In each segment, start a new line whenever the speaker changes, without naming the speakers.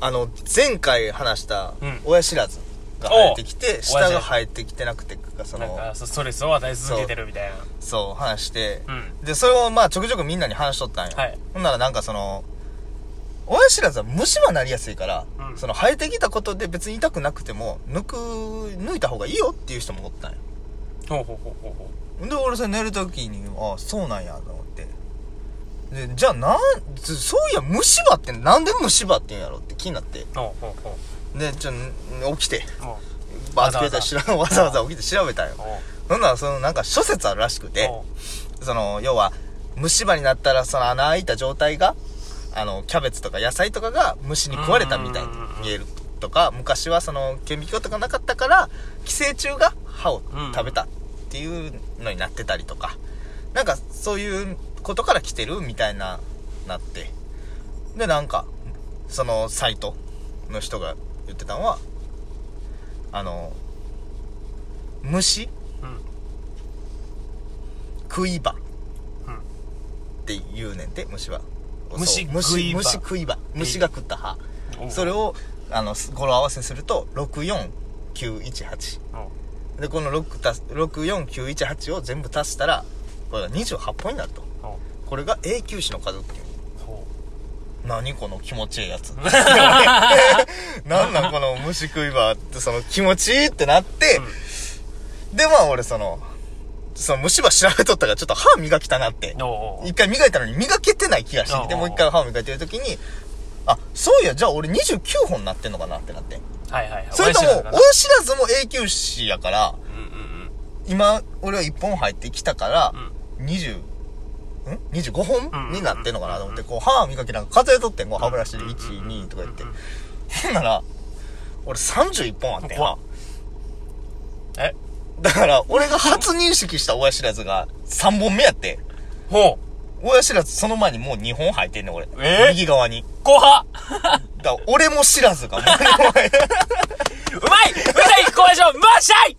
あの、前回話した
うん、
親知らずが生えてき
おう
て、
親
下
知ら
が
ず
生えてきてなくて、そ
なん
の、
かストレスを与え続けてるみたいな
そう、話して、
うん
で、それをまあ、ちょくちょくみんなに話しとったんよ。
はい
ほんならなんかその、親知らずは虫歯なりやすいから、
うん
その生えてきたことで別に痛くなくても、抜く、抜いた方がいいよっていう人もおったんよ。
ほうほうほうほうほ
で俺さ寝るときにあそうなんやと思ってでじゃあなんそそういや虫歯ってなんで虫歯って言うんやろって気になって
うほうほうほ
でちょん起きて
うほ
バー
わ
って
ざ
携
わ
帯
ざ
調べわざわざ起きて調べたんよ
うほう
そんならそのなんか諸説あるらしくて
ほう
その要は虫歯になったらその穴開いた状態があのキャベツとか野菜とかが虫に食われたみたいに見えるとか昔はその顕微鏡とかなかったから寄生虫が歯を食べたっていうのになってたりとか、なんかそういうことから来てるみたいななってでなんかそのサイトの人が言ってたのはあの虫
うん
食い歯
うん
って言うねんて虫は
虫
そう虫
食い歯
虫食い歯虫が食った歯
おう
それをあのす語呂合わせすると64918
おう
でこの6たす64918を全部足したらこれが28本になると
おう
これが永久歯の数っていう
ほ
何この気持ちいいやつ 何なんこの虫食い歯ってその気持ちいいってなって、でまあ俺そのその虫歯調べとったからちょっと歯磨きたなって
うおう
一回磨いたのに磨けてない気がしてきて、
うん
もう一回歯を磨いてる時に、あ、そういや、じゃあ俺29本なってんのかなってなって。
はいはいはい
それとも、
親知らずかな
親知らずも永久歯やから、
うんうん
今、俺は1本入ってきたから
うん、
20、ん ?25 本
うん
になってんのかなと思って、こう歯磨きなんか数えとってん、こう歯ブラシで1、2とか言って。ほんなら、俺31本あってん
怖
な
っ。え
だから、俺が初認識した親知らずが3本目やって。
ほ
親知らずその前にもう2本入ってんねん、俺。
え
右側に。
う後半
だから俺も知ら ずかも。
うまいうまい工場マッシャイ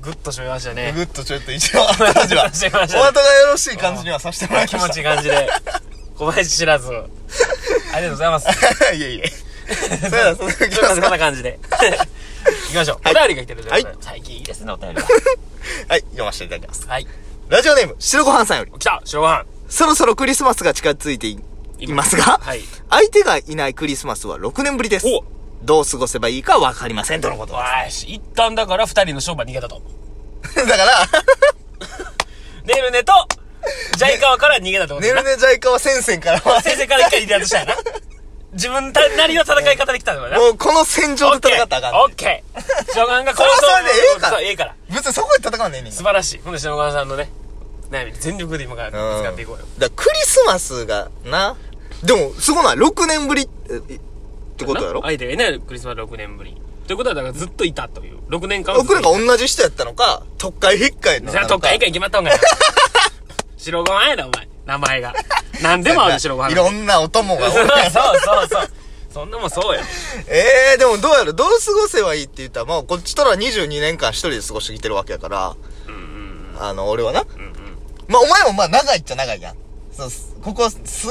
グッと締めましたね
ぐっとちょっと一応後味 は、お
しまし
後
た
がよろしい感じにはさせてもらいま
気
し
持
た。
ちいい感じで小林知らずありがとうございます
ち いえい え。それでは、続きま
そ
す
ん
か。
な 感じで行きましょう、お便りが来てるということで、
はい
最近いいですねお便りが
はい、読ませていただきます。
はい
ラジオネーム、白ご飯さんより、
来た白ご飯
そろそろクリスマスが近づいていいますが、
はい
相手がいないクリスマスは6年ぶりです
お。
どう過ごせばいいかわかりません、との こと
わーし一旦だから二人の商売逃げたと
です。だ から、
ネルネとジャイカワから逃げたってこと
ね
だ
る
な
ねじゃいかは先生からは、
先生から一回離脱したやな自分たなりの戦い方できたんだからな
もうこの戦場で戦ったらあか
オ
んね
ッケー白ご飯がこ
それはそれでええから
ええから
ん。別にそこで戦わんねえねん
素晴らしいほんで白ご飯さんのね悩みに全力で今からぶつかっていこうよ
だからクリスマスがなでもすごない6年ぶりえってことやろ6
相手がいないクリスマス6年ぶりということはだからずっといたという6年間ずっと
年間同じ人やったのか特会引っかいなの
じゃ
か
あ特会以外決まった んかい白ご飯やなお前名前が何でもある白ご飯
いろんなお供が
そ
多
う
い
そうそうそんなもんそうや
えー、でもどうやろどう過ごせばいいって言ったらまあこっちとら22年間一人で過ごしてきてるわけやから
うんうん
あの俺はな
うんうん
まあお前もまあ長いっちゃ長いやんそうここ数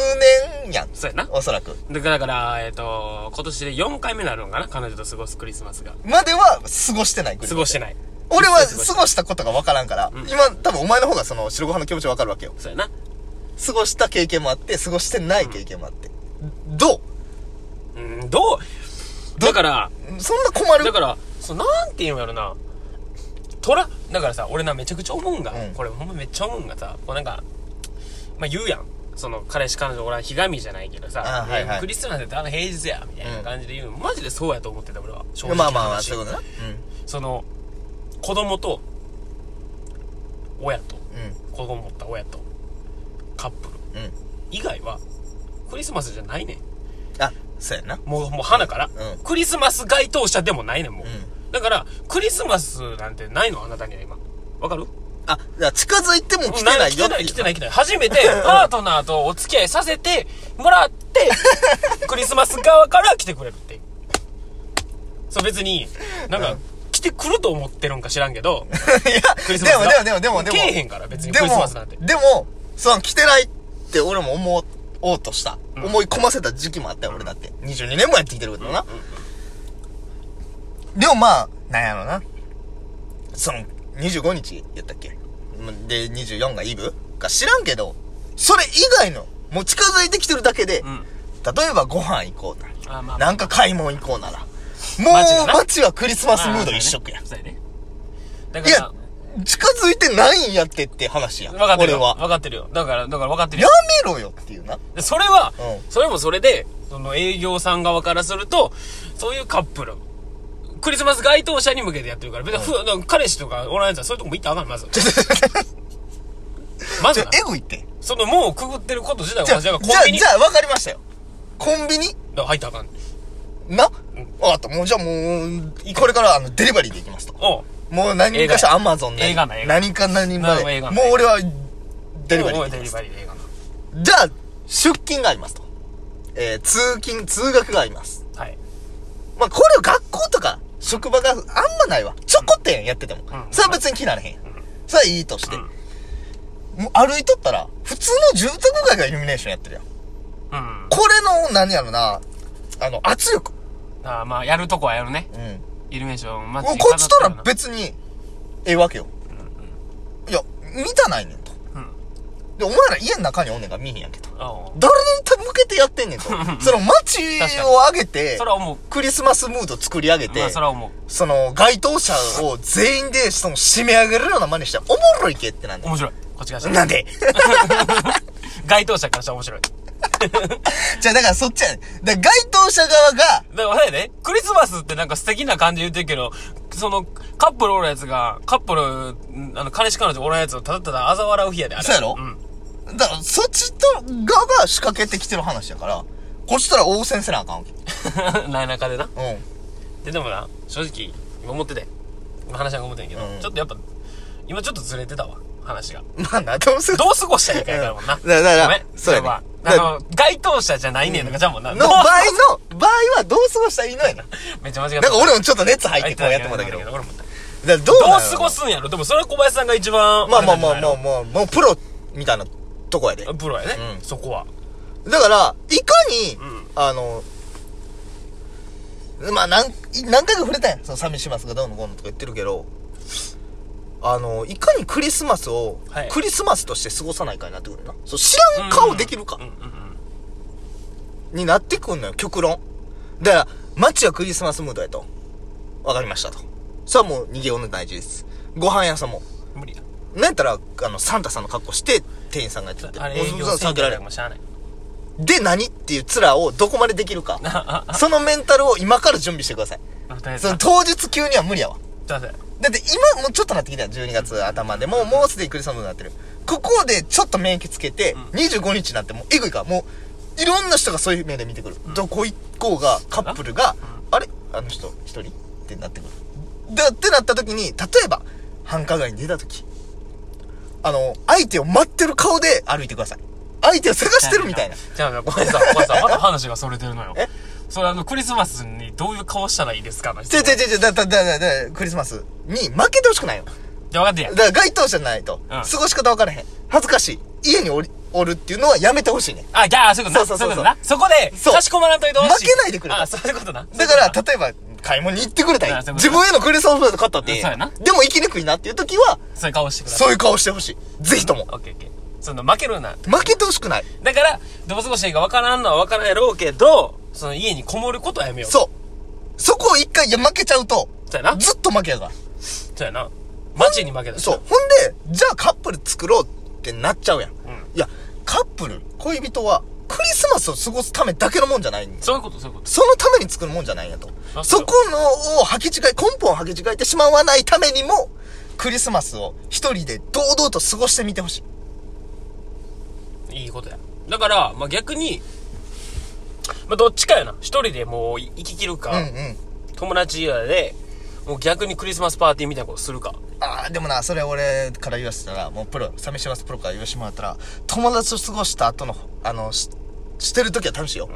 年やん
そうやな
おそらく
だからだからえっ、と今年で4回目になるんかな彼女と過ごすクリスマスが
までは過ごしてないクリス
過
マ
ご
ス
してない
俺は
過ごし
過
て
ごしたことが分からんから、今多分お前の方がその白ご飯の気持ち分かるわけよ
そうやな
過ごした経験もあって、過ごしてない経験もあって。ど
うんどうだから
うそんな困る
だから、そう、なんて言うんやろな。トラ、だからさ、俺な、めちゃくちゃ思うんが、
うん
これほんまめっちゃ思うんがさ、こうなんか、まあ言うやん。その、彼氏彼女、俺はひがみじゃないけどさ
あ、はいはい
ねクリスマスってあの平日や、みたいな感じで言うの、マジでそうやと思ってた、俺は。正直
まあ
な
ま
話
あまあ、そういうことな。
その、子供と、親と、
うん。うん。
子供持った親と、カップル
うん。
以外は、クリスマスじゃないねん。
あ、そうやな。
もう、もう花から、
うん
クリスマス該当者でもないねん、もう。
うん
だから、クリスマスなんてないのあなたには今。わかる
あ、だから近づいても来てないよ
来て
って
ない、
いう
来てない、来てない。初めて、パートナーとお付き合いさせてもら って、クリスマス側から来てくれるっていう。そう、別に、なんか、来てくると思ってるんか知らん けど、クリスマス
い
が
や、でもでもでもでもでも。
来えへんから別に
でも
クリスマスなんて
でも、その来てないって俺も思おうとした、
うん
思い込ませた時期もあったよ俺だって22年もやってきてるけどな、でもまあなんやろなその25日やったっけで24がイブか知らんけどそれ以外のもう近づいてきてるだけで、
うん
例えばご飯行こうな
あまあ
なんか買い物行こうならも
マジで
う
な
街はクリスマスムード一色や
あーそうねそうやねだ
いや
か
近づいてないんやってって話や
ら分かってる
俺
よ
は
分かってるよだからだから分かってる
や
よ
めろよっていうな
でそれは、
うん
それもそれでその営業さん側からするとそういうカップルクリスマス該当者に向けてやってるから別に、ふだから彼氏とかおらんやつはそういうとこも行ったらあかんまずま
ち
ず
ょ
な
エグいって
その門をくぐってること自体
じゃ
は
あじ
私
ゃあ
はコンビニ
じ
だか
ゃあ分かりましたよコンビニ
ら入ったらあかん
なわかったもうじゃあもうこれからあのデリバリーで行きますと
おう
もう何かしらアマゾン
映画な映画
何か何ま
な映
で
画
も
な
う俺はデリバリ
お
ー
う
で行
デリ
きま
バ
す
リーでええか
じゃあ出勤がありますとえー通勤通学があります
なはい
まあ、これは学校とか、職場があんまないわ。ちょこってんやってても。
ん
それは別に気になれへん。それはいいとして。
うん
もう歩いとったら、普通の住宅街がイルミネーションやってるやん。
うん
これの、何やろな、あの、圧力。
あーまあやるとこはやるね
うん。
イルミネーションマジ
もうこっちと
飾
ら
ってる
別に、ええわけよ。いや、見たないねんと。
なうん
で、お前ら家の中におんねんから見へんやんけど。
おう
誰に向けてやってんねんと。その街を上げて
そ、れは思う
クリスマスムード作り上げて、
まあそれは思う
その、該当者を全員で、その、締め上げるような真似して、おもろいけってなんだよ。
面白いこっちからしたら
なんで
該当者からしたら面白い
じゃあ、だからそっちやねん。だから該当者側が、
だからあれやで、クリスマスってなんか素敵な感じで言ってるけど、その、カップルおるやつが、カップル、んあの、彼氏彼女おらんやつをただただ嘲笑う日やで、あれ。
そうやろ
うん。
だからそっちと側が仕掛けてきてる話やから、こっちとら応戦せなあかんわけ。
ない中でな。
うん。
で、でもな、正直、今思ってて。今話は思ってんけど、
うん
ちょっとやっぱ、今ちょっとずれてたわ、話が。
まあな、どうする
どう過ごしたらいいかやからも んな。
うんだから
ごめん。
そうやね
れは
だ
あの、該当者じゃないねんとかじゃもんな。
の
ど
場合
う
の、場合はどう過ごしたらいいのやな。
めっちゃ間違っ
な
た。
んか俺もちょっと熱入っ
入
てこうやってもらったけど。
ど。
だ
俺
か
も
らどう
どう
なんやろ
過ごすんやろでもそれは小林さんが一番、
まあまあま
れな
あ
んじ
ま
ゃない
あまあ、もうプロみたいなとこやで。
のプロやね。
うん
そこは。
だから、いかに、
うん
あの、まあ、なん、何回か触れたやん。その、寂しますがどうのこうのとか言ってるけど、あの、いかにクリスマスを、
はい
クリスマスとして過ごさないかになってくるな。そう、知らん顔できるか、
うんうんうん
になってくんのよ、極論。だから、街はクリスマスムードやと。わかりましたと。それはもう逃げようの大事です。ご飯屋さんも。
無理や
なんやったら、あの、サンタさんの格好して、店員さんがやってて。
あれ
もう
営業
そんな
せ
の避
ん
け
からら
れ
も
ん
しゃあない
で、何っていう面をどこまでできるか。
ああ
そのメンタルを今から準備してください。
あ大
そ
丈
の当日急には無理やわ。
夫だ
だって今もうちょっとなってきたよ、12月頭で。もう、もうすでにクリスマスになってる。ここでちょっと免疫つけて、25日になってもうエグいから、もう、いろんな人がそういう目で見てくる。どこ行こうが、カップルが、あれあの人、一人ってなってくる。だってなった時に、例えば、繁華街に出た時、あの、相手を待ってる顔で歩いてください。相手を探してるみたいな。
じゃあごめんなさいごめんなさいまた話がそれてるのよそれあのクリスマスにどういう顔したらいいですかの質
ちょ
問
ちょちょちょ、だ、だ、だ、だ、だクリスマスに負けてほしくないよ。
じゃあ分かってんや
だから該当者じゃないと、過ごし方分からへん恥ずかしい家におりおるっていうのはやめてほしいね
あじゃあそういうこと
そ
な
うそ
そうう
そ
いうう
そ
こ
う
となそこで
そう
差し込まらんといてほしい
負けないでくれ
あそういうことな
だから例えば買い物に行ってくれたり
あそういうこ
自
と
分へのクリスマスプレゼント買ったっていい
そうやな
でも行きにくいなっていう時は
そういう顔してください
そういう顔してほしいぜひとも
オッケーオッケーその負けるな
負けてほしくない
だからどう過ごしていいか分からんのは分からんやろうけどその家にこもることはやめようう
そうそこを一回いや負けちゃうと
そうやな
ずっと負けやから
そうやな街に負けたし
そうほんでじゃあカップル作ろうってなっちゃうやん、いやカップル恋人はクリスマスを過ごすためだけのもんじゃないんだよ
そういうことそういうこと
そのために作るもんじゃないんやと
あ。そ
そうこのを履き違え、根本を履き違えてしまわないためにも、クリスマスを一人で堂々と過ごしてみてほしい。
いいことや。だから、まあ、逆に、まあ、どっちかやな。一人でもうい生ききるか、
うんうん。
友達やで、もう逆にクリスマスパーティーみたいなことするか。
ああ、でもな、それ俺から言わせたら、もうプロ、寂しますプロから言わせてもらったら、友達と過ごした後の、あの、ししてる時は楽しいよ。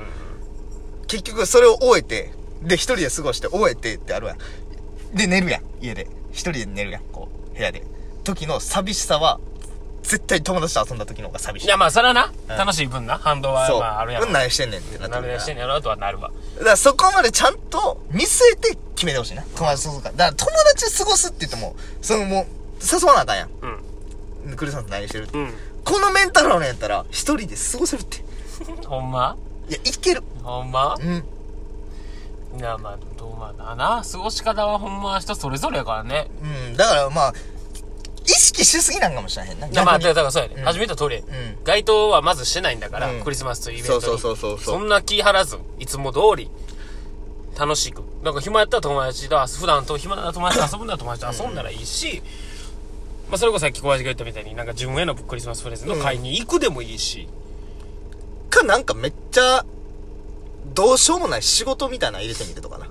結局それを終えて、で、一人で過ごして終えてってあるやん。で、寝るやん、家で。一人で寝るやん、こう、部屋で。時の寂しさは、絶対友達と遊んだ時の方が寂し
い
い
や、まあ、それはな、
うん
楽しい分な、反動は、
そう、
まあ、あるやろ。
うん何してんねんってなって
な
く
る
る
や
か
して
ら
んのやろとはなるわ。
だからそこまでちゃんと見据えて決めてほしいな友達と過ごすからだから友達と過ごすって言ってもそのもう誘わなあかんや
うん。
んクリスマス何してるって
うん。
このメンタルのやったら一人で過ごせるってい
ほんま
やいける
ほんま
うん
いや、まあ、どうまあなな。過ごし方はほんま人それぞれやからね。
うんだからまあ意識しすぎなんかもしれへんない
や、まあ、
逆
だ
に
からそうやね。
うん
始めた通りやね
うん
街頭はまずしてないんだから、
うん
クリスマスというイベント
そう
に。
そうそうそうそ
そ
うん
な気張らず、いつも通り、楽しく。なんか暇やったら友達と遊ぶ、普段と暇な友達と遊ぶんだら友達と遊んだらいいし、まあそれこそさっき小林が言ったみたいに、なんか自分へのクリスマスプレゼント買いに行くでもいいし、
かなんかめっちゃどうしようもない仕事みたいなの入れてみるとかな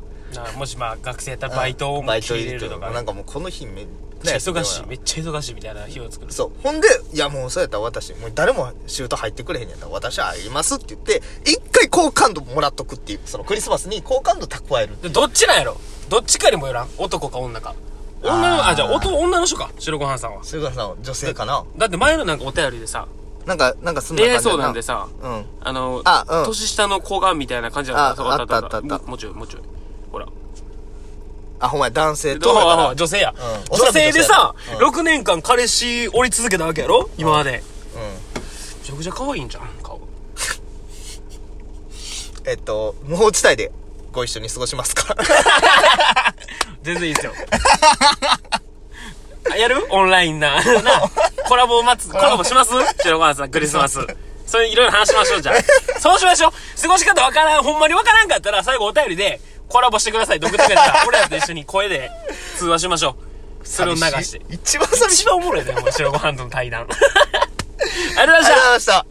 なもしまあ学生やったらバイト
う
を
ん
も
バ
う
イト
切
入
れ
れ
る
て
と
と
か、
か
め
な
っ
んかもうこの日めっ
ちゃ忙しい、め
い
っちゃ忙しいみたいな日を作る。
そうほんでいやもうそうやったら私もう誰も仕事入ってくれへんやったら私はありますって言って一回好感度もらっとくっていうそのクリスマスに好感度蓄える
でどっちなんやろどっちかにもよらん男か女か。女の、
あー
あ、じゃあ男、女の人か、白ご飯さんは。
それからさ女性かな
だって前のなんかお便りでさ、
なんかなんかすんな
恋
感
愛
じや
相談でさ、
うん
あの、
あうん
年下の子がみたいな感じだ
ああったあったあった
もうもうちょい、もうちょい。ほら。
あほんまや男性と
どう
だから
あ女性
う
や。
ん
女性でさ、
おそらく女性やうん
6年間彼氏おり続けたわけやろ今まで。め
うん
ちゃくちゃ可愛いんじゃん、顔。
えっと、無法地帯でご一緒に過ごしますか
全然いいですよ。 あやるオンラインな。 な、コラボ待つ、コラボします白川さん、クリスマス。それいろいろ話しましょう、じゃあ。そうしましょう。過ごし方わからん、ほんまにわからんかったら、最後お便りで、コラボしてください、独特やったら。俺らと一緒に声で通話しましょう。それを流して。
一番寂しい。
一番おもろいね、お前白ご飯との対談。ありがとうございまし
ありがとうご
た
ざいました。